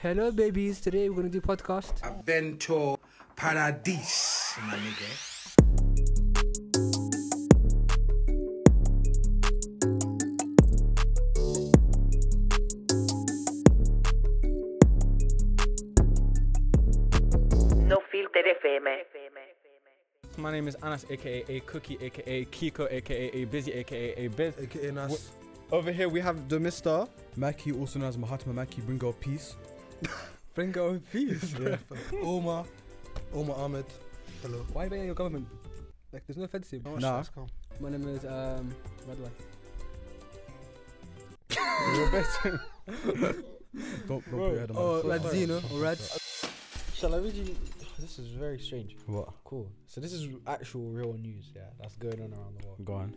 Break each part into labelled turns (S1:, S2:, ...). S1: Hello, babies. Today we're gonna do podcast.
S2: Avento Paradis, my nigga.
S3: No Filter FM.
S4: My name is Anas, aka A Cookie, aka Kiko, aka A Busy, aka A Biz.
S5: aka Nas.
S4: Over here we have the Mister.
S5: Maki, also known as Mahatma Maki, bring out peace.
S4: Bring your own peace.
S5: Yeah. Omar, Omar Ahmed. Hello.
S1: Why are you in your government? Like, there's no offensive.
S4: Oh,
S5: Nah.
S1: My name is um, Radwa.
S5: Don't, don't put your head on
S1: Oh,
S5: us.
S1: Radzino, Rad.
S6: Shall I read you? This is very strange.
S5: What?
S6: Cool. So this is actual real news, yeah, that's going on around the world.
S4: Go on.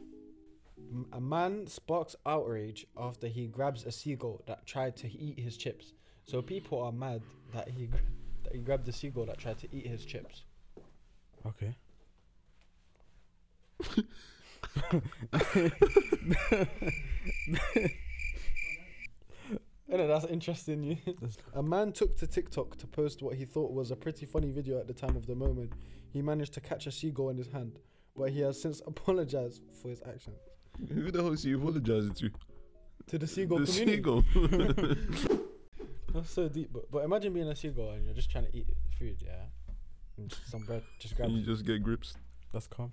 S6: M- A man sparks outrage after he grabs a seagull that tried to eat his chips. So people are mad that he gra- that he grabbed a seagull that tried to eat his chips.
S5: Okay.
S6: Innit, that's interesting. You. a man took to TikTok to post what he thought was a pretty funny video at the time of the moment. He managed to catch a seagull in his hand, but he has since apologized for his actions
S7: Who the hell is you apologizing to?
S6: to the seagull
S7: the
S6: community.
S7: seagull.
S6: That's so deep. But, but imagine being a seagull and you're just trying to eat food, yeah? And just some bread, just grab
S8: Mm.
S7: you
S6: it.
S7: just get grips.
S5: That's calm.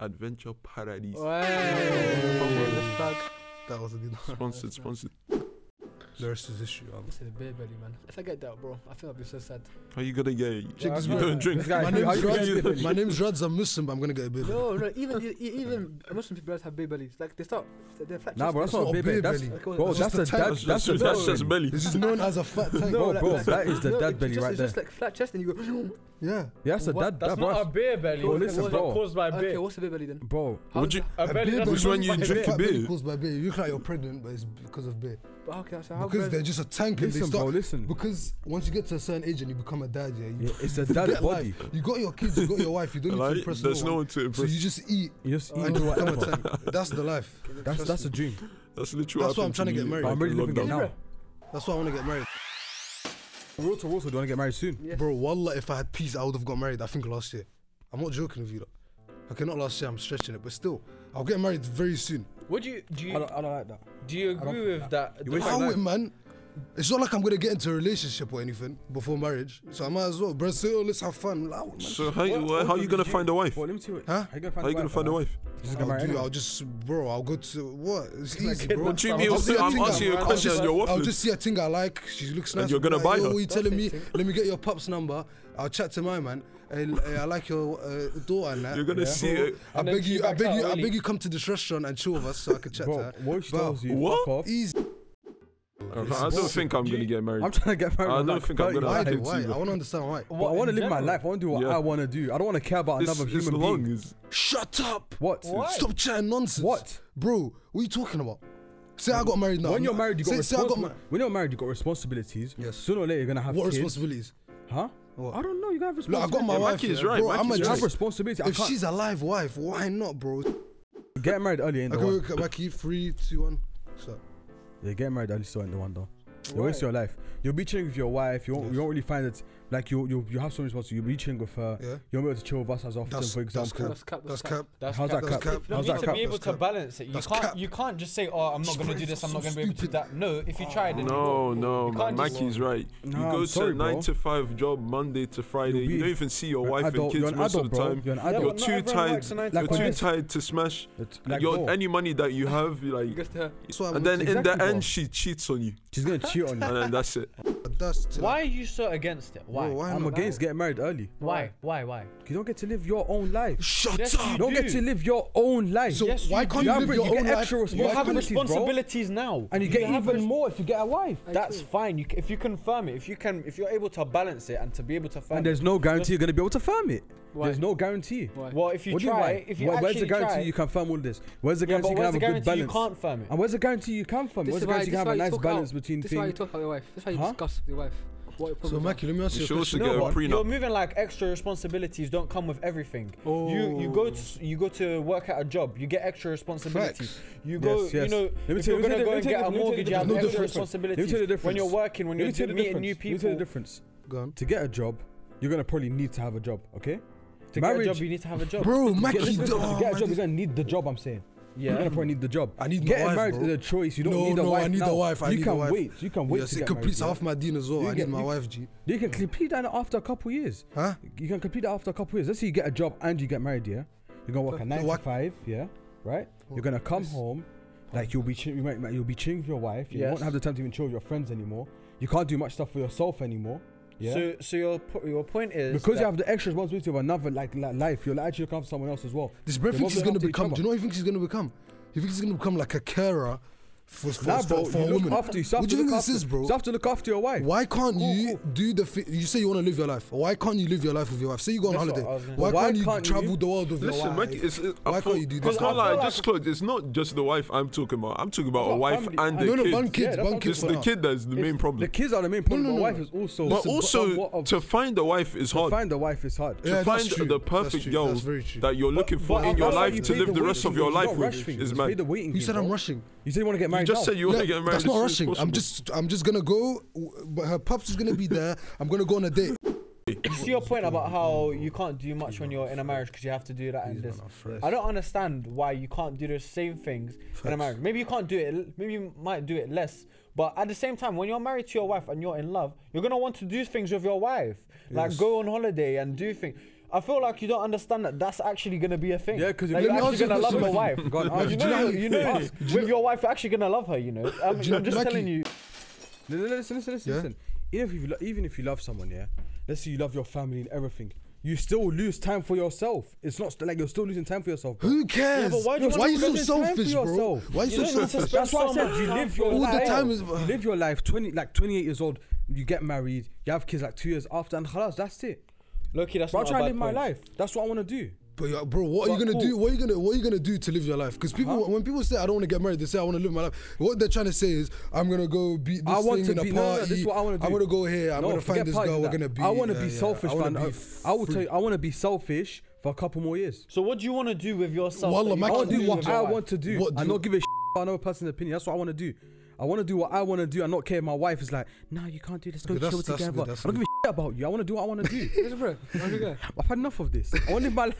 S7: Adventure Paradise.
S1: What the fuck?
S5: That was a good one.
S7: Sponsored, sponsored.
S5: The rest is issue. Um.
S1: This is a beer belly, man. If I get that, bro, I think I'll be so sad.
S7: How you gonna get it? Chicks,
S6: I
S7: you
S6: was
S7: don't
S6: like,
S7: drink.
S6: this guy-
S5: My
S1: name's
S5: name's
S1: Rads.
S5: Rads. My name's Rads. I'm Muslim, but I'm gonna get a bit.
S1: No, no. Even the- e- even Muslim people have beer bellies. Like, they start. They're flat.
S8: Nah, bro, that's
S5: It's not
S8: not
S5: a
S8: a big belly.
S5: beer
S8: That's,
S5: belly.
S1: Like,
S8: bro, that's
S5: It's just
S8: the
S5: a tank.
S8: dad.
S7: That's
S8: That's
S7: just,
S8: the
S7: that's just
S8: belly.
S7: belly.
S5: This is known as a fat tank.
S8: No, bro,
S1: like-
S8: that is the
S1: no,
S8: dad
S1: it's
S8: belly
S1: just,
S8: right
S1: it's
S8: there.
S1: just like flat chest, and you go.
S5: Yeah.
S8: Yeah, that's the
S1: What?
S8: dad. That, bro,
S4: beer belly.
S8: Bro, listen,
S4: It's
S8: bro.
S4: caused by
S1: Okay, what's a beer belly then?
S8: bro,
S7: Would you?
S4: A belly
S5: beer
S4: that's
S7: Which
S5: belly.
S7: one
S4: caused
S7: you
S4: by
S7: drink
S4: beer.
S5: Fat belly
S7: beer?
S5: caused by beer. You look like you're pregnant, but it's because of beer.
S1: But okay, so how?
S5: Because
S1: bread-
S5: they're just a tank and they
S8: listen, bro,
S5: start.
S8: listen.
S5: Because once you get to a certain age and you become a dad, yeah, you
S8: Yeah, it's the dad
S5: get
S8: body.
S5: life. You got your kids, you got your wife. You don't need
S7: Like,
S5: to impress
S7: there's
S5: no
S7: no
S5: one.
S7: one to
S5: So
S7: impress.
S5: you just eat
S8: You just eat
S5: and you become a
S8: whatever.
S5: tank. That's the life.
S8: That's that's a dream.
S7: that's literally
S5: That's
S7: what happened
S5: why I'm trying to
S7: me,
S5: get married.
S7: like,
S8: I'm really
S7: in
S8: living it
S7: lockdown.
S8: now.
S5: That's why I want to get married.
S8: Real to real, so do you want to get married soon?
S1: Yeah.
S5: Bro, wallah, if I had peace, I would have got married, I think last year. I'm not joking with you, though. Okay, not last year, I'm stretching it, but still, I'll get married very soon.
S4: Would you do
S8: I don't, I don't like that.
S4: do you agree with that?
S8: wish
S5: How
S8: like-
S5: it, man? It's not like I'm gonna get into a relationship or anything before marriage, so I might as well, bro. Say, oh, let's have fun. Like, oh, man.
S7: So how you how you gonna find a wife?
S8: Well, let me see what.
S5: Huh?
S8: How you gonna
S7: How you gonna find a wife?
S8: Just get
S5: I'll,
S8: married.
S5: do,
S8: anyway.
S5: I'll just, bro. I'll go to what? It's easy, bro.
S7: What do you mean?
S5: I'll see a
S7: I'm
S5: thing
S7: asking you a
S5: I'll
S7: question.
S5: just-
S7: and You're
S5: I'll
S7: waffling.
S5: just see a thing I like. She looks nice.
S7: And you're gonna
S5: Like,
S7: buy
S5: Yo,
S7: her?
S5: What you telling me? Let me get your pup's number. I'll chat to my man. Hey, l- hey, I like your uh, daughter and that.
S7: You're gonna see it.
S5: I
S4: And then
S5: beg
S4: she
S5: you, I
S4: backs
S5: beg
S4: out
S5: you, I
S4: early.
S5: beg you, come to this restaurant and chill with us so I can chat to
S8: Bro,
S5: her.
S8: what she
S5: Bro,
S8: tells you,
S7: What?
S8: fuck off.
S5: Easy.
S7: I don't think I'm gonna get
S8: I'm
S7: married.
S8: trying to get married.
S7: I
S8: when I'm
S7: don't
S8: like
S7: think I'm
S8: 30.
S7: gonna-
S5: Why?
S7: I
S5: though?
S7: do
S5: Why?
S7: too, bro.
S5: I want to understand why.
S8: But I want to live my life. I want to do what
S7: Yeah.
S8: I want to do. I don't want to care about
S7: It's,
S8: another
S7: it's
S8: human
S7: long.
S8: being.
S7: It's,
S5: Shut up.
S8: What?
S5: Stop chatting nonsense.
S8: What?
S5: Bro, what are you talking about? Say I got married now.
S8: When you're married, you got
S5: Say- say I got
S8: responsibilities.
S5: ma-
S8: When you're married, you got responsibilities.
S5: Yes.
S8: Sooner or later, you're gonna have
S5: What
S8: kids.
S5: responsibilities?
S8: Huh?
S5: What?
S8: I don't know. You gotta have
S5: Look, I
S8: responsibility.
S5: got my
S7: Yeah,
S5: wife.
S7: Mackie's
S5: yeah.
S7: right,
S5: Bro, I'm a
S7: Mackie's
S8: You have
S7: right.
S5: Jew.
S8: responsibility. I
S5: If
S8: can't
S5: she's a live wife, why not, bro?
S8: get married early in the
S5: Okay,
S8: one.
S5: okay, Mackie, three, two, one. So,
S8: Yeah, get married early still in the one though. You waste your life. You'll be chilling with your wife. You won't, you won't really find it like you you you have some responsibility. You'll be chilling with her.
S5: yeah.
S8: You won't be able to chill with us as often,
S5: That's-
S8: for
S5: that's
S8: example.
S1: That's cap.
S5: That's cap.
S6: That's
S8: How's
S6: cap.
S8: that cap?
S5: That's cap.
S6: You
S8: How's
S6: need
S8: that
S6: to
S8: cap?
S6: be able
S5: That's
S6: to
S5: cap.
S6: balance it. You
S5: That's
S6: can't.
S5: cap.
S6: You can't just say, "Oh, I'm not
S5: Just
S6: going to
S5: put
S6: do
S5: it
S6: this.
S5: for
S6: I'm not going
S5: some
S6: to be able to do
S5: stupid-
S6: that." No, if you try, then you
S7: No,
S6: won't.
S7: no,
S6: You can't
S7: man.
S6: just-
S7: Mackie's right.
S8: Nah,
S7: you
S8: I'm
S7: go to
S8: sorry,
S7: a
S8: bro.
S7: nine to five job Monday to Friday.
S8: You'll
S7: You
S8: be-
S7: don't even see your
S8: You're an
S7: wife
S8: adult-
S7: and
S8: you're
S7: kids
S8: an
S7: most
S8: adult,
S7: of the
S8: bro.
S7: time.
S8: You're an
S6: Yeah,
S8: adult.
S7: You're
S6: but not
S7: too
S6: everyone
S7: tired.
S6: works a nine to
S7: You're
S8: Like
S7: too
S8: this.
S7: tired to smash.
S8: It's like,
S7: your
S8: bro,
S7: any money that you have, you
S1: It
S7: like,
S1: goes to her.
S5: That's why I
S7: and then
S5: wanted
S7: in
S8: Exactly,
S7: the
S8: bro.
S7: end she cheats on you,
S8: she's gonna cheat on you.
S7: and then that's it.
S5: to- that's to-
S6: Why are you so against it?
S5: Bro,
S6: Why?
S5: why
S8: I'm
S5: not?
S8: against getting married early.
S6: Why? Why? Why?
S8: You don't get to live your own life.
S5: Shut
S6: Yes,
S5: up.
S8: You
S6: you
S8: don't get
S6: do.
S8: to live your own life.
S5: So
S6: Yes,
S5: why
S6: you
S5: can't
S8: do.
S5: you,
S8: You
S5: live
S8: have-
S5: your
S8: you
S5: own
S8: get
S5: life?
S8: extra
S6: You have
S8: Responsibilities, bro.
S6: responsibilities now,
S8: and you get
S6: have
S8: even
S6: res-
S8: more if you get a wife.
S6: That's fine. You, c- if you confirm it, if you can, if you're able to balance it and to be able to find
S8: And there's no guarantee you're gonna be able to firm it.
S1: Why?
S8: There's no guarantee.
S1: Why?
S6: Well, if you
S8: What do
S6: try,
S8: mean?
S6: if you
S8: Where-
S6: actually
S8: where's the guarantee
S6: try,
S8: you can firm all this? Where's the
S6: yeah,
S8: guarantee
S6: but
S8: you can
S6: where's
S8: have
S6: the
S8: a good
S6: guarantee you
S8: balance?
S6: can't firm it?
S8: And where's the guarantee you can firm? it?
S1: This
S8: Where's
S1: is
S8: the
S1: why.
S8: guarantee
S1: This is
S8: you can have
S1: why
S8: a
S1: you
S8: nice
S1: talk
S8: balance
S1: out.
S8: between
S1: This is why you
S8: things?
S1: talk about your wife. This is why you
S8: Huh?
S1: discuss with your wife. what your
S5: So,
S1: problems are.
S5: Mackie, let me ask you
S7: You
S5: a
S7: should also
S5: question.
S7: get
S6: No,
S7: a
S6: but you're
S7: prenup.
S6: moving like extra responsibilities don't come with everything. You you
S8: Oh.
S6: go to you go to work at a job, you get extra responsibilities.
S5: Facts.
S6: You go,
S8: Yes,
S6: you
S8: yes.
S6: know,
S8: Let me
S6: if
S8: tell
S6: you're
S8: you-
S6: gonna
S8: let me
S6: go
S8: tell-
S6: and
S8: let me
S6: get a
S8: tell you the
S6: mortgage, you
S8: difference.
S6: have
S8: Let me tell you
S6: extra
S8: the difference. Let me tell you
S6: responsibilities.
S8: the
S6: When you're
S8: difference.
S6: working, when
S8: Let
S6: you're
S8: me tell you the
S6: meeting new
S8: difference. Let me tell you the
S6: people,
S8: difference.
S5: Go on.
S8: To get a job, you're gonna probably need to have a job, okay?
S6: to get a job, you need to have a job.
S5: Bro, Mackie,
S8: Get, listen, listen, to
S5: oh,
S8: get a
S5: man,
S8: job, you're gonna need the job. I'm saying. Yeah. You're gonna probably need the job.
S5: I need my
S8: Getting
S5: wife,
S8: married
S5: bro.
S8: is a choice. You don't
S5: no,
S8: need a
S5: no,
S8: wife
S5: I need
S8: now.
S5: a wife. I
S8: you
S5: need
S8: can
S5: a wife.
S8: wait. You can wait
S5: Yes,
S8: to
S5: it
S8: get
S5: completes
S8: married.
S5: half my deal as well.
S8: You
S5: I
S8: get-
S5: need my
S8: you-
S5: wife, G.
S8: yeah. You can complete that after a couple years.
S5: Huh?
S8: You can complete that after a couple years. Let's say you get a job and you get married. Yeah. You're gonna work a nine
S5: what-
S8: to five. Yeah. Right. You're gonna come home. Like you'll be chi- you might, you'll be chilling with your wife. You won't
S6: Yes.
S8: have the time to even chill with your friends anymore. You can't do much stuff for yourself anymore. Yeah.
S6: So so your po- your point is
S8: because
S6: that-
S8: you have the extra responsibility of another like, like life, you're actually looking after someone else as well.
S5: This
S8: You're
S5: bro thinks
S8: both
S5: he's
S8: looking
S5: gonna
S8: after each
S5: become. Do
S8: other.
S5: you know what he thinks he's gonna become? He thinks he's gonna become like a carer for, for,
S8: Nah,
S5: for-
S8: bro,
S5: for
S8: you
S5: a
S8: look
S5: woman.
S8: after yourself.
S5: what do you think this is, bro?
S8: You have to look after your wife.
S5: Why can't
S8: Cool,
S5: you do the? Fi- you say you want to live your life. Why can't you live your life with your wife? Say you go on
S6: That's what
S5: holiday.
S6: I was gonna-
S5: Why,
S8: Why
S5: can't you
S8: can't
S5: travel
S8: you?
S5: the world with your
S7: Listen,
S5: wife?
S7: Mike, it's, it's, I
S5: Why
S7: feel-
S5: can't you do
S7: Because
S5: this?
S7: can't lie,
S6: feel
S7: just close. It's not just the wife I'm talking about. I'm talking about a
S8: What,
S7: wife
S8: family?
S7: and the
S5: no, no,
S7: kids.
S5: one kid,
S8: Yeah,
S5: one
S8: that's
S5: kid
S7: It's
S5: for
S7: the
S5: now.
S7: kid that's the main
S8: It's-
S7: problem.
S8: The kids are the main problem.
S5: no,
S8: but
S5: no,
S8: wife
S5: no.
S8: is also.
S7: but
S8: it's a-
S7: also,
S8: what of-
S7: to find a wife is
S8: to
S7: hard.
S8: find a wife is hard.
S7: to
S5: Yeah, that's
S7: find
S5: true.
S7: the
S5: That's
S7: perfect
S5: true.
S7: girl
S5: That's very true.
S7: that you're looking for
S8: But
S7: in
S8: that's
S7: your
S8: why
S7: life
S8: you
S7: to
S8: play
S7: live the
S8: waiting
S7: rest of
S8: game.
S7: your
S8: It's not
S7: life with
S8: rushing.
S7: is
S8: It's play
S7: mad.
S8: the waiting
S5: Who
S8: game,
S5: said I'm
S8: bro.
S5: rushing?
S8: You said you want to get
S7: You
S8: married.
S7: just
S8: now.
S7: said you want to
S5: Yeah,
S7: get married.
S5: That's
S7: as
S5: not
S7: soon as
S5: rushing. I'm
S7: possible.
S5: just, I'm just gonna go. w- But her pops is gonna be there. I'm gonna go on a date.
S6: You see your point about how you can't do much when you're in a marriage because you have to do that and this. I don't understand why you can't do the same things in a marriage. Maybe you can't do it. l- Maybe you might do it less. But at the same time, when you're married to your wife and you're in love, you're gonna want to do things with your wife, like go on holiday and do things. I feel like you don't understand that that's actually gonna be a thing.
S8: Yeah, 'cause
S6: Like,
S8: you're
S6: you're
S8: gonna-
S6: actually gonna love your wife.
S8: Go on, ask.
S6: you
S8: Do you
S6: know,
S8: know-
S6: you, you know, with your wife, you're actually gonna love her. You know, Um, I'm, I'm
S5: know-
S6: just
S5: Lucky-
S6: telling you.
S8: No, no, no, listen, listen, listen,
S5: Yeah?
S8: listen. Even if you lo- even if you love someone, yeah, let's say you love your family and everything, you still lose time for yourself. It's not st- like you're still losing time for yourself. bro.
S5: Who cares?
S8: but why do you
S5: why
S8: wanna
S5: are you so
S8: spend time for
S5: selfish, bro?
S8: yourself?
S5: Why are you so
S6: don't need to
S5: selfish?
S6: spend
S8: That's why I
S6: so
S8: said
S6: much
S8: you
S6: time
S8: live
S6: for
S8: your
S5: All the
S8: life.
S5: time is-
S8: you live your life. Twenty, like twenty-eight years old, you get married, you have kids like two years after, and halas, that's it.
S6: Lucky, that's
S8: But I'm
S6: not a
S8: trying to
S6: bad
S8: live my
S6: point.
S8: life. That's what I want to do.
S5: But yeah, bro, what are you
S8: But
S5: gonna
S8: cool.
S5: do? What are you gonna What are you gonna do to live your life? Because people, when people say I don't want to get married, they say I want to live my life. What they're trying to say is I'm gonna go beat this
S8: I want
S5: thing
S8: to
S5: in a
S8: be.
S5: party.
S8: No, no, no, this is what I want to do.
S5: I want to go here. I'm
S8: No,
S5: gonna
S8: forget
S5: find this
S8: partying
S5: girl. We're
S8: that.
S5: gonna be.
S8: I want to
S5: yeah,
S8: be
S5: yeah,
S8: selfish,
S5: I wanna
S8: man.
S5: be
S8: I, I will
S5: free.
S8: tell you. I want to be selfish for a couple more years.
S6: So what do you want to do with yourself?
S5: Wallah,
S6: that you
S5: Mac,
S8: I
S6: can't
S8: want to do
S5: you
S6: with
S8: what
S6: your
S8: I
S6: wife?
S8: want to do.
S5: What do
S8: and
S5: you-
S8: not give a shit about another person's opinion. That's what I want to do. I want to do what I want to do and not care. if My wife is like, nah, you can't do this. Go
S5: Okay, that's-
S8: chill
S5: that's
S8: together.
S5: good, that's
S8: I don't give a shit about you. I want to do what I want to do.
S1: Yes, bro. How's it going?
S8: I've had enough of this. I want to live my life.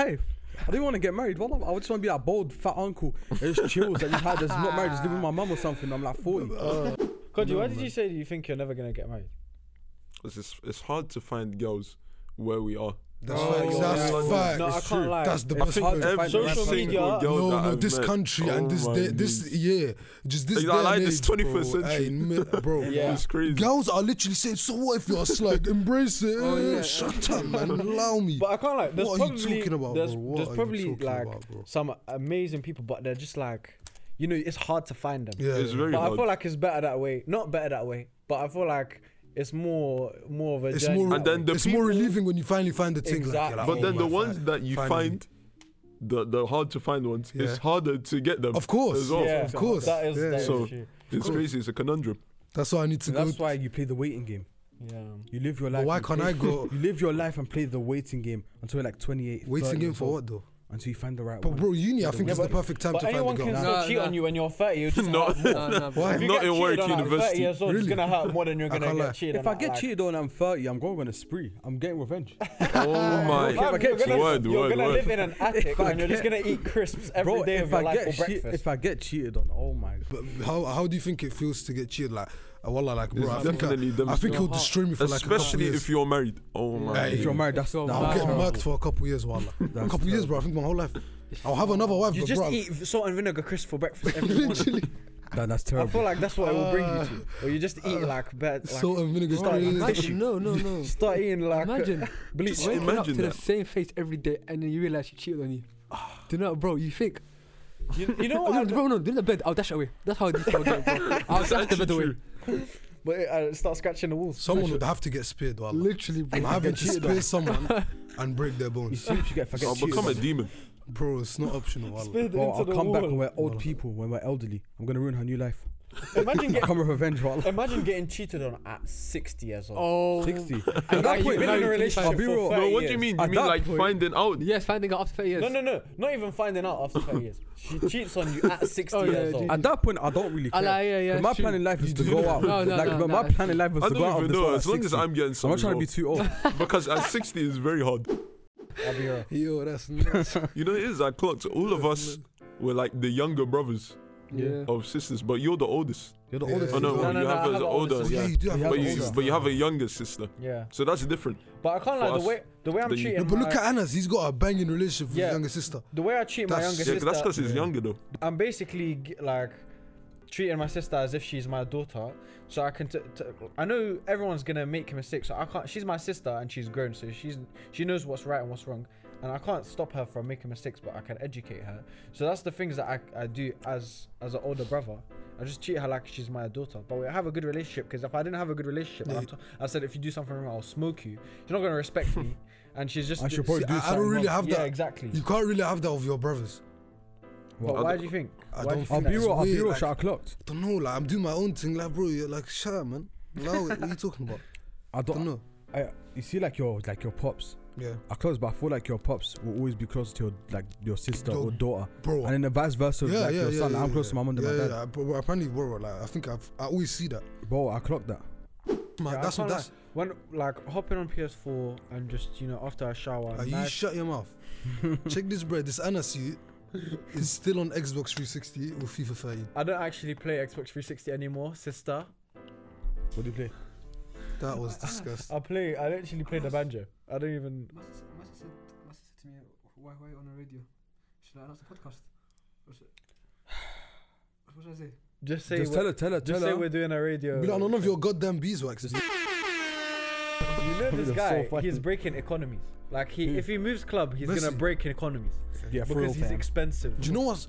S8: I don't even want to get married. Wallah, I just want to be that bold, fat uncle that just chills that you had that's not married, just living with my mum or something. I'm like 40.
S5: Uh,
S6: Cody, why did you say that you think you're never gonna get married?
S7: It's, just- it's hard to find girls where we are.
S5: That's facts. That's
S7: yeah.
S5: facts.
S6: no, I can't lie.
S5: That's the
S8: It's
S5: best.
S8: hard
S5: way.
S8: to find the
S7: Every
S8: right
S6: Social
S7: single
S8: person.
S6: media.
S7: girl that
S5: No, no,
S7: I've
S5: this
S7: met-
S5: country and
S7: Oh
S5: this
S7: my
S5: day, this
S7: days.
S5: year, just this.
S7: Like, I
S5: day
S7: like
S5: and
S7: this
S5: age,
S7: 21st
S5: bro.
S7: century.
S5: Hey, mi- bro.
S6: Yeah.
S7: It's crazy.
S5: Girls are literally saying, "So what if you're a slag? Embrace it.
S1: yeah.
S5: Shut up, man. Allow me."
S6: Oh, But I can't like. There's
S5: What are you
S6: probably,
S5: talking about,
S6: There's,
S5: bro? What
S6: there's
S5: are you
S6: probably
S5: talking
S6: like
S5: about, bro?
S6: some amazing people, but they're just like, you know, it's hard to find them.
S5: yeah,
S7: It's
S5: yeah.
S7: very
S6: But I
S7: hard.
S6: feel like it's better that way. Not better that way, but I feel like it's more more of a
S5: It's
S6: journey.
S5: more,
S7: And then the
S5: it's
S7: people-
S5: more relieving when you finally find the thing. Like, you're like,
S6: Exactly.
S7: But
S5: oh
S7: then
S5: my
S7: the
S5: fa-
S7: ones that you
S5: finally.
S7: find, the the hard to find ones,
S5: Yeah.
S7: it's harder to get them.
S5: Of course.
S7: as well.
S6: yeah,
S5: Of course.
S6: That is,
S5: Yeah.
S6: that is
S7: So-
S6: true.
S7: It's crazy. It's a conundrum.
S5: That's why I need to
S8: And
S5: go.
S8: That's why you play the waiting game.
S6: Yeah.
S8: You live your
S5: But
S8: life.
S5: why
S8: and
S5: can't
S8: play-
S5: I go-
S8: You live your life and play the waiting game until you're like 28.
S5: Waiting
S8: 30
S5: game
S8: years
S5: for
S8: old,
S5: what though?
S8: Until you find the right
S5: But
S8: one.
S5: bro, uni, I think
S6: Yeah,
S5: is the
S6: but-
S5: perfect time
S6: But
S5: to find a
S6: anyone can
S5: girl.
S6: still
S1: Nah,
S6: cheat
S1: nah.
S6: on you when you're 30. You just
S7: No.
S6: hurt more.
S1: Nah, nah, bro.
S5: Why?
S6: If you
S7: Not
S6: get
S7: in
S6: cheated
S7: work
S6: on at 30
S7: university.
S6: years old,
S5: Really?
S6: it's gonna hurt more than you're gonna
S5: can't lie.
S6: get cheated
S8: If
S6: on
S8: I
S6: at,
S8: get
S6: like,
S8: cheated on, I'm 30. I'm going on a spree. I'm getting revenge.
S7: Oh my!
S6: Fam,
S8: I get
S6: you're gonna,
S7: word,
S6: you're
S7: word,
S6: gonna
S7: word.
S6: live in an attic
S8: If I
S6: and you're just
S8: get-
S6: gonna eat crisps every
S8: Bro,
S6: day of
S8: if
S6: your
S8: I
S6: life
S8: get
S6: for
S8: che-
S6: breakfast.
S8: if I get cheated on, oh my god.
S5: But how how do you think it feels to get cheated? Like, uh, wallah, like bro,
S7: It's
S5: I think I,
S7: definitely them-
S5: I think he'll destroy me for like a couple
S7: Especially
S5: years.
S7: if you're married. Oh my!
S5: Hey.
S8: If you're married, that's
S1: If you're
S8: that's
S5: I'll
S1: That's
S5: get
S8: terrible.
S5: marked for a couple years, wallah. a couple years, bro. I think my whole life. I'll have another wife,
S6: you
S5: but
S6: just
S5: bro,
S6: eat salt and vinegar crisps for breakfast every morning.
S5: literally
S8: That- that's
S6: I
S8: terrible.
S6: feel like that's what it will bring you to. Or you just eat like bad. Like,
S5: salt and vinegar.
S6: Start eating
S5: crazy.
S6: tissue.
S1: Imagine, no, no, no.
S6: Start eating like uh,
S1: Imagine
S6: bleach.
S1: just waking up to
S7: imagine
S1: the
S7: that.
S1: same face every day, and then you realize she cheated on you. Do you know, bro? You think,
S6: You, you know
S1: oh,
S6: what?
S1: no,
S6: I don't-
S1: bro? No, do the bed. I'll dash it away. That's how I do. I'll do it, bro. I'll dash the bed away.
S6: But it, uh, start scratching the walls.
S5: Someone would have to get speared, wallah.
S1: Literally, bro.
S5: I'm having to spear someone and break their
S8: you
S5: bones,
S8: see what you get if I get
S7: I'll
S8: cheated
S7: become a
S8: on.
S7: demon.
S5: bro. It's not optional, wallah.
S6: Spear them
S8: Bro,
S6: into
S8: I'll
S6: the
S8: come back
S6: wall.
S8: when we're old people, when we're elderly. I'm gonna ruin her new life.
S6: Imagine getting
S8: Come with revenge, wallah.
S6: imagine getting cheated on at 60 years old.
S8: Oh. 60. At
S6: Like,
S8: that
S6: you've
S8: point,
S6: been
S8: now
S6: in a
S8: you-
S6: relationship
S8: I'll be
S6: for
S8: real.
S6: five-
S7: No, what do
S6: years.
S7: you mean? You
S8: At
S7: mean
S8: that
S7: like
S8: point-
S7: finding out?
S1: Yes, finding out after 30 years.
S6: No, no, no. Not even finding out after 30 years. She cheats on you at 60
S1: Oh, yeah,
S6: years
S1: dude.
S6: old.
S8: At that point, I don't really care.
S1: Ah, like, yeah, yeah,
S8: But my
S1: it's
S8: plan in life is to go out.
S1: No, no,
S8: like,
S1: no,
S8: but
S1: no,
S8: my plan in life is
S7: I
S8: to go out
S7: don't
S8: of
S7: even
S8: this
S7: know.
S8: one at
S7: As long as
S8: 60.
S7: I'm getting
S8: I'm
S7: something.
S8: not trying to be too old.
S7: old. Because at 60 is very hard.
S6: I'll be real.
S5: Yo, that's nuts.
S7: You know, it is. I clocked all of us were like the younger brothers
S1: Yeah.
S7: of sisters, but you're the oldest.
S8: You're the
S5: Yeah.
S8: oldest.
S7: Oh no,
S5: No,
S7: well,
S6: no,
S7: you
S6: no, I
S7: have
S6: have
S7: an
S6: an
S7: older,
S6: older
S5: yeah,
S7: yeah.
S5: you do have
S8: Yeah,
S5: an
S7: But you,
S5: older.
S7: but you have a younger sister,
S6: Yeah.
S7: so that's different.
S6: But I can't
S7: For
S6: lie,
S7: us,
S6: the way the way I'm
S7: the-
S5: No,
S6: treating
S5: but
S6: my,
S5: look at Anas. He's got a banging relationship with
S6: Yeah.
S5: his younger sister.
S6: the way I treat my
S5: That's-
S6: younger
S7: Yeah,
S6: sister.
S7: that's because he's younger though.
S6: I'm basically g- like treating my sister as if she's my daughter, so I can. T- t- I know everyone's gonna make mistakes, so I can't. She's my sister and she's grown, so she's she knows what's right and what's wrong, and I can't stop her from making mistakes, but I can educate her. So that's the things that I, I do as as an older brother. I just treat her like she's my daughter, but we have a good relationship. Because if I didn't have a good relationship, and I'm t- I said if you do something wrong, I'll smoke you. You're not gonna respect me, and she's just.
S8: I should probably
S5: See,
S8: do
S5: I, I don't
S8: something
S5: really
S8: wrong.
S5: have
S6: yeah,
S5: that.
S6: exactly.
S5: You can't really have that with your brothers.
S6: But
S7: I
S6: why
S7: don't-
S6: do you think?
S5: I
S6: why
S5: don't
S6: do you
S5: think
S8: I'll be
S5: It's
S8: real. I'll be
S5: weird,
S8: real.
S5: like-
S8: Shot clocked.
S5: Don't know, like I'm doing my own thing, like bro. You're like, shut up, man. Now, what are you talking about?
S8: I
S5: Don't
S8: don't.
S5: know.
S8: I, you see, like your like your pops.
S5: Yeah,
S8: are close, but I feel like your pops will always be close to your like your sister
S5: Your-
S8: or daughter,
S5: bro.
S8: and then the vice versa.
S5: yeah,
S8: like
S5: yeah,
S8: your
S5: yeah,
S8: son,
S5: yeah,
S8: I'm
S5: yeah,
S8: close to my mum and
S5: yeah,
S8: my dad.
S5: Yeah, but but apparently, bro, like I think I've I always see that.
S8: Bro, I clocked that.
S5: Man,
S6: Yeah, I
S5: that's
S6: can't
S5: what that's.
S6: lie. when like hopping on PS4 and just you know after I shower.
S5: Are you
S6: nice-
S5: shut your mouth? Check this, bread. This Anas you is still on Xbox 360 with FIFA 13.
S6: I don't actually play Xbox 360 anymore, sister.
S8: What do you play?
S5: That was disgusting.
S6: I play. I actually play the banjo. I don't even.
S1: My sister, my sister, my sister to me, why, why on the radio? Should I announce the podcast? Or should, what should I say?
S6: Just say.
S8: Just
S6: we're-
S8: tell her, tell her, tell
S6: just say we're
S8: her.
S6: doing a radio.
S5: Be like, none of your goddamn beeswax.
S6: you know this
S8: You're so
S6: guy.
S8: funny.
S6: he's breaking economies. Like he, if he moves club, he's gonna
S5: Listen.
S6: break economies
S8: Yeah, for real,
S6: because he's
S8: fam.
S6: expensive.
S5: Do you know what's?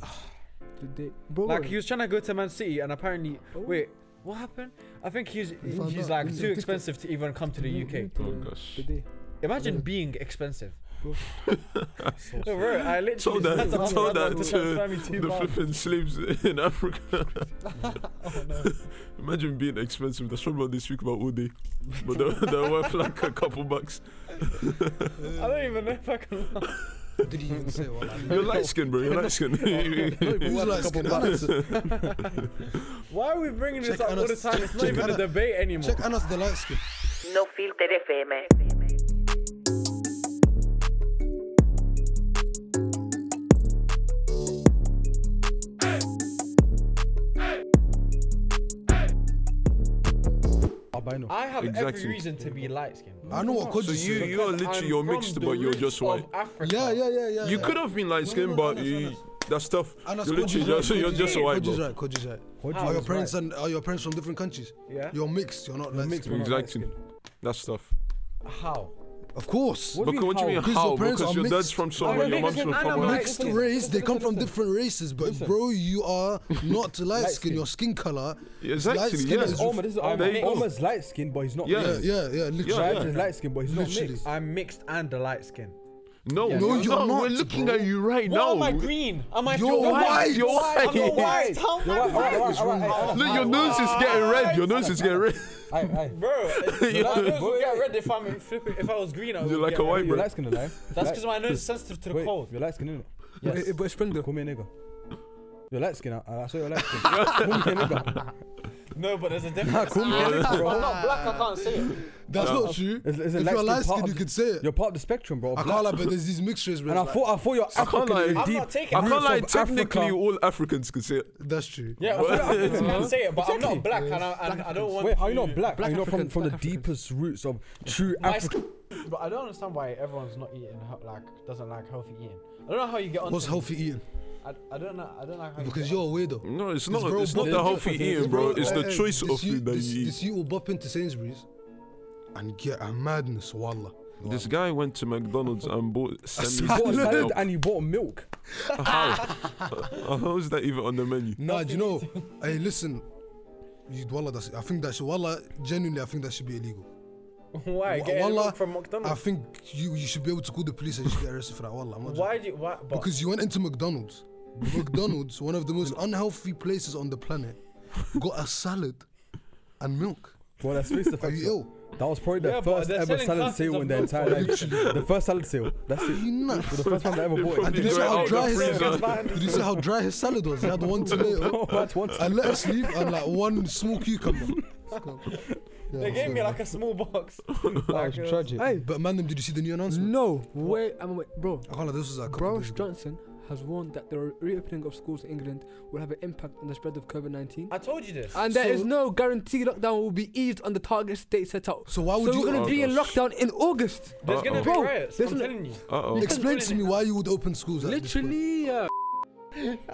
S1: Bro,
S6: Like he was trying to go to Man City and apparently, wait, what happened? I think he's
S5: Oh. found
S6: he's
S5: out.
S6: like
S5: He's
S6: too expensive to even come to the UK.
S7: Oh gosh.
S6: Imagine being expensive. No, bro, I literally
S7: Told
S6: had
S7: that,
S6: to ask
S7: told
S6: my
S7: that
S6: dad
S7: to
S6: transfer me
S7: the
S6: £2.
S7: flipping slaves in Africa.
S6: Oh, no.
S7: Imagine being expensive. That's probably what they speak about all day, but they're, they're worth like a couple bucks.
S6: I don't even know if I can. laugh.
S5: Did he even say what?
S7: You're light skinned, bro. You're light skinned.
S5: Who's like skin? Anas.
S6: Why are we bringing this
S5: Check
S6: up all the
S5: Anas-
S6: time? It's not
S5: check
S6: even a
S5: Anas-
S6: debate anymore.
S5: Check Anas the light skin.
S3: No filter FM.
S8: Albino.
S6: I have
S7: Exactly.
S6: every reason to be light skinned.
S5: I know what
S7: So
S5: Koji
S7: you,
S5: said.
S7: you're literally you're mixed, but you're just white.
S6: Africa.
S5: Yeah, yeah, yeah, yeah.
S7: You
S5: yeah.
S7: could have been light skinned,
S5: No, no, no,
S7: but
S5: Anas,
S7: you,
S5: Anas.
S7: that's tough.
S5: Anas,
S7: you're
S5: Koji's
S7: literally
S5: right,
S7: just, you're
S5: Koji's
S7: just a
S6: right.
S7: white,
S5: Koji's
S7: bro.
S5: right. Koji's right.
S8: Koji
S5: Are your
S8: was
S5: parents and are your parents from different countries?
S6: Yeah.
S5: You're mixed. You're not. You're
S8: mixed,
S5: mixed.
S8: we're not
S7: Exactly.
S8: light-skinned.
S7: That's tough.
S6: How?
S5: Of course.
S8: What do you
S7: Because what do you mean
S5: Because
S7: how?
S5: your parents
S7: Because
S5: are
S7: your dad's
S5: mixed.
S7: from somewhere, your
S6: because
S7: mum's from
S6: I know
S7: somewhere.
S6: my-
S5: Mixed race, they come from different races, but bro, you are not light skin. Your skin color,
S7: Exactly,
S5: light skin
S7: yeah.
S5: is
S8: Omar, Oh, this is Omar.
S7: There you go.
S8: Omar's light skinned, but he's not.
S7: Yeah.
S5: yeah,
S8: mixed.
S5: yeah, yeah, literally.
S7: Yeah,
S8: Shahid is light skinned, but he's not
S5: Literally.
S8: mixed.
S6: I'm mixed and a light skin.
S7: No,
S5: No, you're not,
S7: We're looking
S5: bro.
S7: at you right
S6: Why am I
S7: now.
S6: green? Am I
S5: You're white.
S7: You're
S6: I'm not
S7: white.
S6: white. How am I
S8: All right, all right, all right, all right,
S5: What's
S8: all right,
S7: Look, your nose is getting red. Your nose is getting red.
S8: all right, all right.
S6: Bro, my nose would get red if I'm flipping. If I was green, I would.
S7: You're like
S6: get
S7: a
S6: red.
S7: white
S8: You're
S7: bro.
S8: light skinned, alive.
S6: That's because my nose is sensitive to the
S8: Wait,
S6: cold.
S8: you're light skinned, innit?
S6: Yes.
S1: It, but it's spring though.
S8: Call me a nigga. You're light skinned. I, I saw you're light skinned. Call me a nigga.
S6: No, but there's a difference.
S8: Call me a nigga,
S6: If I'm
S8: bro.
S6: not black, I can't say it.
S5: That's not true.
S8: Is- is it
S5: if
S8: light
S5: you're
S8: skin
S5: light
S8: part
S5: skin,
S8: of
S5: you
S8: the-
S5: could say it.
S8: You're part of the spectrum, bro.
S5: I
S8: Black-
S5: can't lie, but there's these mixed race, bro.
S8: And I
S5: like-
S8: thought, I thought you're African
S7: lie.
S8: in
S7: I'm
S6: not
S8: deep.
S6: taking
S7: I
S6: I'm
S7: can't
S8: roots
S7: lie.
S8: of
S7: Technically,
S8: Africa.
S7: all Africans could say it.
S5: that's true.
S6: Yeah, I feel like I can say it, but I'm not black and I, and I don't want.
S8: Wait, how you
S6: to-
S8: not black?
S1: Black
S8: Are you not from,
S1: Africans,
S8: from the
S1: black Africans.
S8: deepest roots of true
S6: My
S8: Africa?
S6: skin- But I don't understand why everyone's not eating he- like doesn't like healthy eating. I don't know how you get on.
S5: What's healthy eating?
S6: I, I don't know. I don't like how
S5: Because
S6: you
S5: you're a weirdo.
S7: No, it's not.
S5: bro,
S7: It's not
S5: but-
S7: the healthy eating, bro. It's the
S5: Hey,
S7: choice
S5: this
S7: of food that
S5: this,
S7: you eat.
S5: This you will bop into Sainsbury's and get a madness, wallah.
S7: This guy went to McDonald's and bought
S8: You bought a
S7: sandwiches.
S8: salad
S7: How?
S8: and you bought milk.
S7: How is that even on the menu?
S5: Nah, do you know? hey, listen. You, wallah, that's, I think that should, wallah, genuinely, I think that should be illegal.
S6: get. Why?
S5: Wa-
S6: Getting
S5: wallah,
S6: milk from
S5: I
S6: McDonald's.
S5: think you, you should be able to call the police and you should get arrested for that. Wallah, I'm not joking.
S6: Why do you? Why? But
S5: Because you went into McDonald's. McDonald's, one of the most unhealthy places on the planet. got a salad and milk.
S8: Well, that's face the
S5: Are
S8: facts.
S5: you ill?
S8: That was probably the
S6: Yeah, but
S8: first
S6: they're
S8: ever
S6: selling
S8: salad
S6: classes
S8: sale in
S6: of
S8: their
S6: milk
S8: entire
S6: for-
S8: life. the first salad sale. That's
S5: Are
S8: it.
S5: you nuts?
S8: The first one they ever bought.
S5: And
S8: it.
S5: did you
S7: They
S5: see
S7: were
S5: how
S7: out the
S5: dry his
S7: freezer.
S5: Did you see how dry his salad was? He had one tomato
S8: That's one.
S5: and lettuce leaf and like one small cucumber. Yeah,
S6: They gave me
S5: so-
S6: like a small box.
S9: That
S6: Oh,
S9: was tragic.
S1: Hey,
S5: But man, did you see the new announcement?
S1: no, wait, I'm wait, bro.
S5: mm. I can't lie, this was a couple
S1: Boris
S5: days ago.
S1: Johnson has warned that the reopening of schools in England will have an impact on the spread of COVID 19.
S6: I told you this.
S1: And there is
S5: So-
S1: no guarantee lockdown will be eased on the target state set out.
S5: So why
S1: So
S5: would
S1: we're
S5: you?
S1: going to
S7: Oh,
S1: be in
S7: gosh.
S1: lockdown in August.
S6: There's gonna be
S1: Bro,
S6: riots.
S1: there's
S6: I'm
S1: no-
S6: telling you.
S7: Uh-oh.
S5: Explain to me why you would open schools. at this point.
S1: Literally, uh,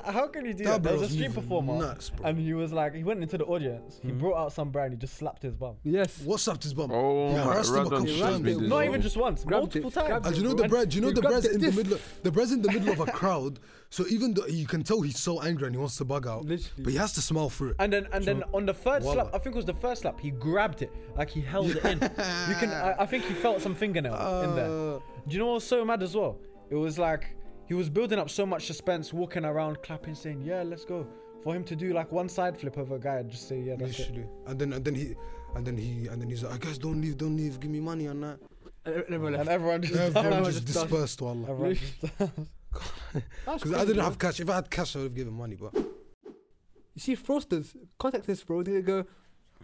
S6: How can you do that?
S5: That
S6: There
S5: bro
S6: was a
S5: was
S6: street
S5: moving
S6: performer,
S5: nuts, bro.
S6: and he was like, he went into the audience. He brought out some brand. He just slapped his bum.
S1: yes.
S5: What's up, this bum?
S7: Oh
S5: Yeah,
S7: my,
S5: harassed him a
S7: random
S5: couple
S7: shit
S5: times.
S7: been
S6: Not
S5: Bro.
S6: even just once,
S1: Grabbed
S6: multiple
S1: it, grabbed
S6: times.
S1: it.
S5: And you know the
S1: And
S5: bread, you know
S1: you
S5: the
S1: got
S5: bread's
S1: the
S5: in the
S1: diff.
S5: middle. Of, the bread's in the middle of a crowd, so even though you can tell he's so angry and he wants to bug out,
S1: Literally.
S5: but he has to smile through it.
S6: And then, and then on the third
S5: Wow.
S6: slap, I think it was the first slap. He grabbed it, like he held it in. You can, I, I think he felt some fingernail in
S5: Oh.
S6: there. Do you know what was so mad as well? It was like he was building up so much suspense, walking around, clapping, saying, "Yeah, let's go." For him to do like one side flip over a guy and just say, "Yeah, that's it."
S5: Literally. And then and then he and then he and then he's like, I guess don't leave, don't leave, give me money and that.
S1: And everyone
S6: And
S1: left.
S6: everyone just,
S5: Everyone
S6: everyone
S5: just
S1: just does.
S5: dispersed, wallah.
S6: everyone just
S5: Because I didn't have cash. If I had cash, I would have given money, but
S1: You see, fraudsters contact this bro. They go,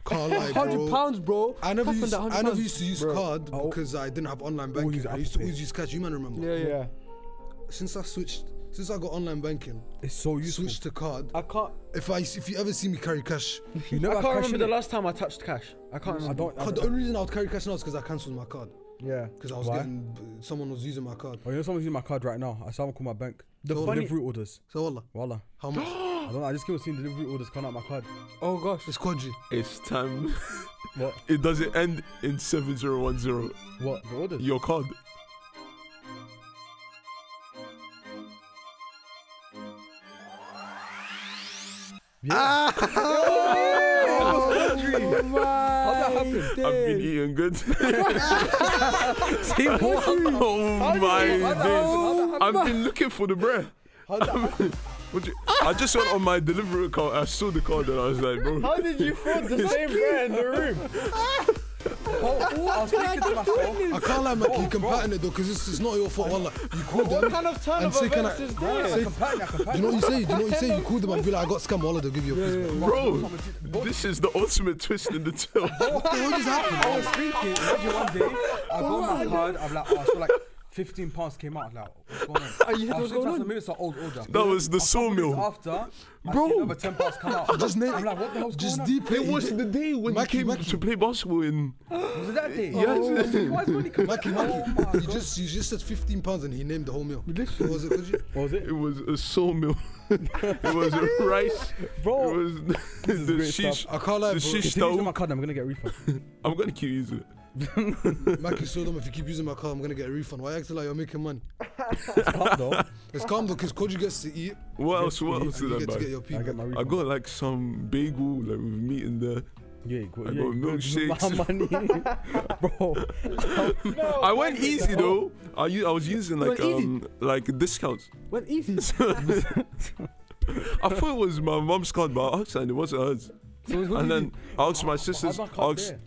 S5: can't lie, bro.
S1: hundred pounds, bro.
S5: I never
S1: Tap on
S5: used,
S1: that £100
S5: I never used to use
S8: Bro,
S5: card
S8: I'll-
S5: because I didn't have online banking.
S8: use
S5: I
S8: Apple
S5: used to
S8: Pay.
S5: always use cash. You man remember?
S1: Oh. Yeah, yeah.
S6: yeah.
S5: Since I switched, since I got online banking,
S8: It's so Oh, useful.
S5: switched to card.
S6: I can't.
S5: If I if you ever see me carry cash,
S8: You
S6: I
S8: never have
S6: can't
S8: cash
S6: remember
S8: in
S6: the
S8: it.
S6: last time I touched cash. I can't
S8: I
S6: remember.
S8: don't. I
S5: card, the
S8: don't
S5: only reason I would carry cash now is because I cancelled my card
S6: Yeah.
S5: because I was
S8: Why?
S5: getting someone was using my card.
S8: oh, you know someone's using my card right now. I saw someone call my bank. The
S5: So-
S8: delivery orders.
S5: So wallah,
S8: Voila.
S5: how much?
S8: I don't know. I just keep on seeing delivery orders coming out my card.
S1: Oh gosh.
S5: it's quadri.
S7: It's time.
S8: What?
S7: It doesn't end in 7010.
S8: What? The orders?
S7: Your card.
S1: Oh my
S7: I've been
S1: days.
S7: eating good.
S8: See, what?
S7: oh my days.
S1: Oh,
S7: I've been looking for the bread. I just went on my delivery account. I saw the card and I was like, bro.
S6: How did you fraud the same brand in the room?
S8: I was thinking to myself.
S5: I can't lie, man.
S8: Oh,
S5: you can pattern it though because it's, it's not your fault, wallah. You call
S6: What
S5: them
S6: kind of turn
S5: and
S6: of
S5: say, can I?
S6: events is this?
S5: Say, do you know what you say? Do you know what you say? You call them and be like, I got scammed, wallah. They'll give you a piece. back.
S7: Bro, this is the ultimate twist in the tail.
S5: What the hell just
S8: I
S5: happened?
S8: was thinking, imagine one day, I got my card, I'm like, oh, so like 15 pounds came out. I'm like, what's going on?
S1: you
S8: I
S1: had
S8: was
S1: what's going
S8: thinking,
S1: on?
S8: so Maybe it's an old order.
S7: That was the sawmill.
S8: After,
S7: Bro.
S8: bro, I see another 10 pounds come out.
S5: Just name.
S8: I'm like, what the hell's
S5: Just
S8: going
S5: deep.
S7: It was the day when you
S5: Mackie,
S7: came
S5: Mackie.
S7: to play basketball in.
S8: on? Was it that day?
S7: Yes.
S8: Oh, I was thinking, why is money coming
S5: Mackie,
S8: out?
S5: Mackie.
S8: Oh my
S5: you
S8: God.
S5: just you just said 15 pounds and he named the whole meal. Was it Quadri?
S7: It was a sawmill. it was a rice. It
S8: Bro,
S7: was the
S8: Oh. great
S7: sheesh.
S5: I can't lie,
S7: The
S5: bro.
S7: shish
S8: if you use my
S7: towel.
S8: card, I'm gonna get a refund.
S7: I'm gonna keep using it.
S5: Mackie, show them if you keep using my card, I'm gonna get a refund. Why acting like you're making money?
S8: Card though,
S5: It's calm though, because Koji gets to eat
S7: What else? What else
S5: and
S7: did I
S5: you get to get
S7: buy?
S5: your pee
S8: I
S5: back.
S8: get my refund.
S7: I got like some bagel like with meat in there.
S8: yeah, go,
S7: I
S8: yeah,
S7: got milkshakes.
S8: money, bro. Oh,
S7: I went easy though. I u- I was using like
S1: went easy?
S7: um like discounts.
S1: Went easy. So
S7: I thought it was my mum's card, but I asked her and it wasn't hers.
S1: it was
S7: And then I asked my
S8: How's
S7: sisters.
S8: my
S7: I
S8: card
S7: asked-
S8: there?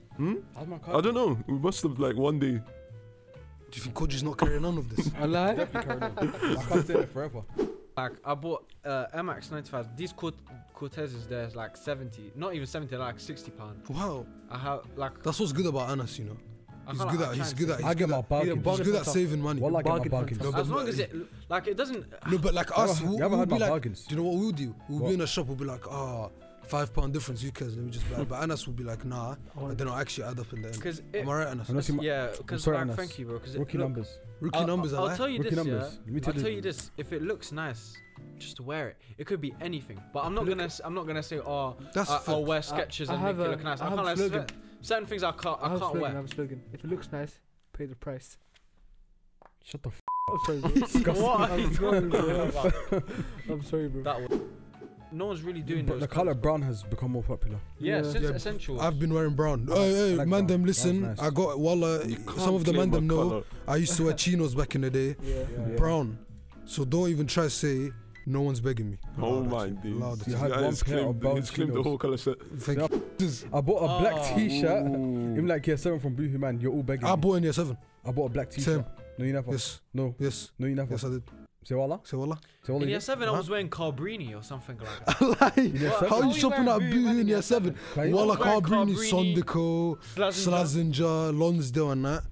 S8: How's my card?
S7: I don't know. We must have like one day.
S5: Do you think Koji's not carrying on with this?
S1: I lie.
S8: My card's there forever.
S6: Like I bought uh, MX 95. These Cort- Cortezes, there's like 70, not even 70, like 60 pound.
S5: Wow,
S6: I have like.
S5: that's what's good about Anas, you know.
S6: I
S5: He's
S6: can't-
S5: good
S6: I
S5: at he's
S6: can't
S5: good
S6: say.
S5: at
S8: I
S5: he's
S8: get
S5: good
S8: my
S5: at,
S8: bargain.
S5: he's good at saving money.
S8: Well, I get my
S1: Bargain
S8: bargain.
S1: hunter.
S5: No,
S6: As
S5: but-
S6: long as it, like, it doesn't.
S5: No, but like us,
S8: haven't-
S5: we'll,
S8: you haven't
S5: we'll
S8: heard
S5: be
S8: my
S5: like,
S8: bargains.
S5: do you know what we'll do? We'll
S8: What?
S5: be in a shop. We'll be like, ah, oh, five pound difference. Who cares? Let me just buy. it." But Anas will be like, nah. And then I'll actually add up in the end.
S6: Because Oh. it.
S5: Am I right, Anas?
S8: I'm not seeing my
S6: Yeah, because
S8: sorry,
S6: like,
S8: Anas.
S6: thank you, bro. Because
S8: rookie numbers.
S5: Rookie
S6: I'll,
S5: numbers.
S6: I'll,
S5: are
S6: I'll tell you
S8: Rookie
S6: this,
S8: numbers. Let me
S6: yeah.
S8: tell
S6: I'll
S8: you
S6: tell you
S8: this.
S6: this. If it looks nice, just wear it. It could be anything. But I'm not gonna. s- I'm not gonna say, oh,
S5: That's
S6: I, I'll
S5: fact.
S6: wear sketches
S1: I
S6: and
S1: have
S6: make it
S1: a-
S6: look nice.
S1: I
S6: I,
S1: have
S6: can't.
S1: a
S6: Like,
S1: slogan.
S6: cer- certain things I can't.
S1: have
S6: I,
S1: a
S6: can't
S1: slogan, I
S6: wear.
S1: have a slogan. If it looks nice, pay the price.
S8: Shut the f-
S1: I'm sorry, bro.
S6: What are you
S1: I'm sorry,
S6: talking
S1: bro.
S6: about?
S1: I'm sorry, bro.
S6: That one. No one's really doing
S8: But
S6: those
S8: the color
S6: kinds.
S8: brown has become more popular.
S6: Yeah,
S1: Yeah.
S6: since
S5: Yeah,
S6: essential.
S5: I've been wearing brown.
S8: I
S5: Hey, hey,
S8: like
S5: man,
S8: brown.
S5: them,
S8: Brown's
S5: listen.
S8: nice.
S5: I got wallah.
S7: You
S5: Some
S7: can't
S5: of the
S7: claim
S5: man
S7: my
S5: them know.
S7: colour.
S5: I used to wear chinos back in the day.
S1: Yeah.
S8: Yeah.
S5: Brown. So don't even try to say No one's begging me.
S7: Oh
S5: Loud,
S7: my
S5: actually.
S7: days.
S5: Loud.
S7: This
S8: had
S7: guy
S8: one
S7: has
S8: pair of
S7: claimed, he's claimed the
S8: Valentinos.
S7: whole color set.
S5: Thank
S8: Yeah.
S5: you.
S8: I bought a black
S6: Oh.
S8: T-shirt. I'm
S7: Ooh.
S8: like, yeah, seven from Boohoo, man. You're all begging.
S5: I
S8: me.
S5: bought in year seven.
S8: I bought a black T-shirt.
S5: Same.
S8: No, you never.
S5: Yes,
S8: No,
S5: yes,
S8: no, you never.
S5: yes. I did.
S8: Say wala.
S5: Say wallah.
S8: Say wala. you
S6: In year
S8: did.
S6: seven, I was wearing Carbrini or something like that.
S5: Lie. How
S6: seven?
S5: you shopping at
S6: Only wearing Boohoo
S5: Boohoo in year seven?
S8: Can you-
S5: Wallah,
S6: Wearing
S5: Carbrini,
S6: Carbrini,
S5: Sondico,
S6: Slazenger.
S5: Slazenger, Lonsdale, and that.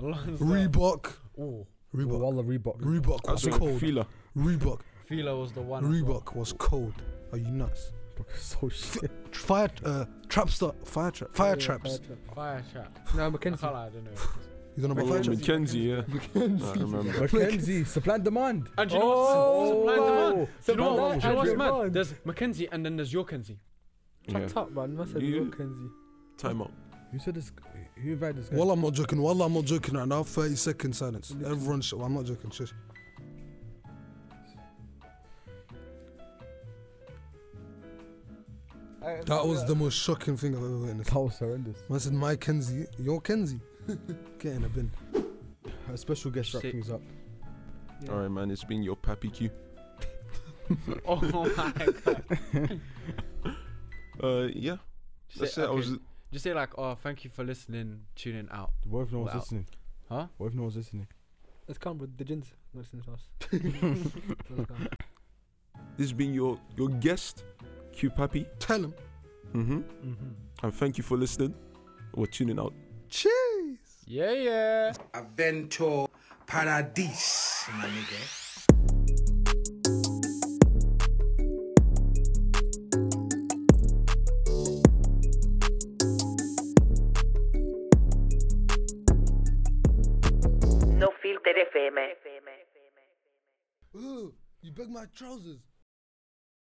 S5: Reebok.
S6: Oh,
S5: Reebok.
S8: Wala Reebok.
S5: Reebok was
S7: That's what I
S5: cold.
S7: feel.
S5: Reebok.
S6: Fila was the one.
S5: Reebok was cold. Are you nuts?
S8: So shit.
S5: Fire, uh, trapster, fire trap, Oh, fire traps.
S6: Fire trap.
S1: No,
S6: I
S1: Mackenzie.
S6: can't lie, I don't know. what it is.
S5: You don't know
S7: Oh,
S5: about fire traps?
S7: Mackenzie, yeah. I remember.
S8: Mackenzie, supply and demand.
S6: And do you know what's
S8: Oh,
S6: supply and
S8: wow.
S6: demand? Do you know
S1: Supply
S6: what? Do you know what's
S1: and
S6: mad?
S1: demand.
S6: There's Mackenzie and then there's your Kenzie.
S7: Yeah.
S1: Shut up, man. Must have
S7: You-
S1: been Mackenzie.
S7: Time out.
S8: You said this. Who invited this guy?
S5: Wallah, I'm not joking. Wallah, I'm not joking right now. 30 second silence. Everyone, sh- well, I'm not joking. Shush. That was the most shocking thing I've ever witnessed.
S8: That was horrendous.
S5: Man said, my Kenzie, your Kenzie. Get in a bin.
S9: A special guest wrap
S6: Sick.
S9: things up.
S7: All right, man. It's been your pappy Q.
S6: Oh my god.
S7: Uh, yeah. That's
S6: Say-
S7: it. I
S6: okay,
S7: was.
S6: Just say like, oh, thank you for listening, tuning out.
S8: What if no one's
S6: Wow.
S8: listening?
S6: Huh?
S8: What if no one's listening?
S1: Let's come with the gins. Not listening to us. Let's come.
S7: This has been your your guest, Q Pappy.
S5: Tell him.
S7: Mm-hmm. And thank you for listening. We're tuning out.
S5: Cheese.
S6: Yeah, yeah.
S2: Avento Paradis, my nigga.
S3: No Filter FM.
S5: Ooh, you beg my trousers.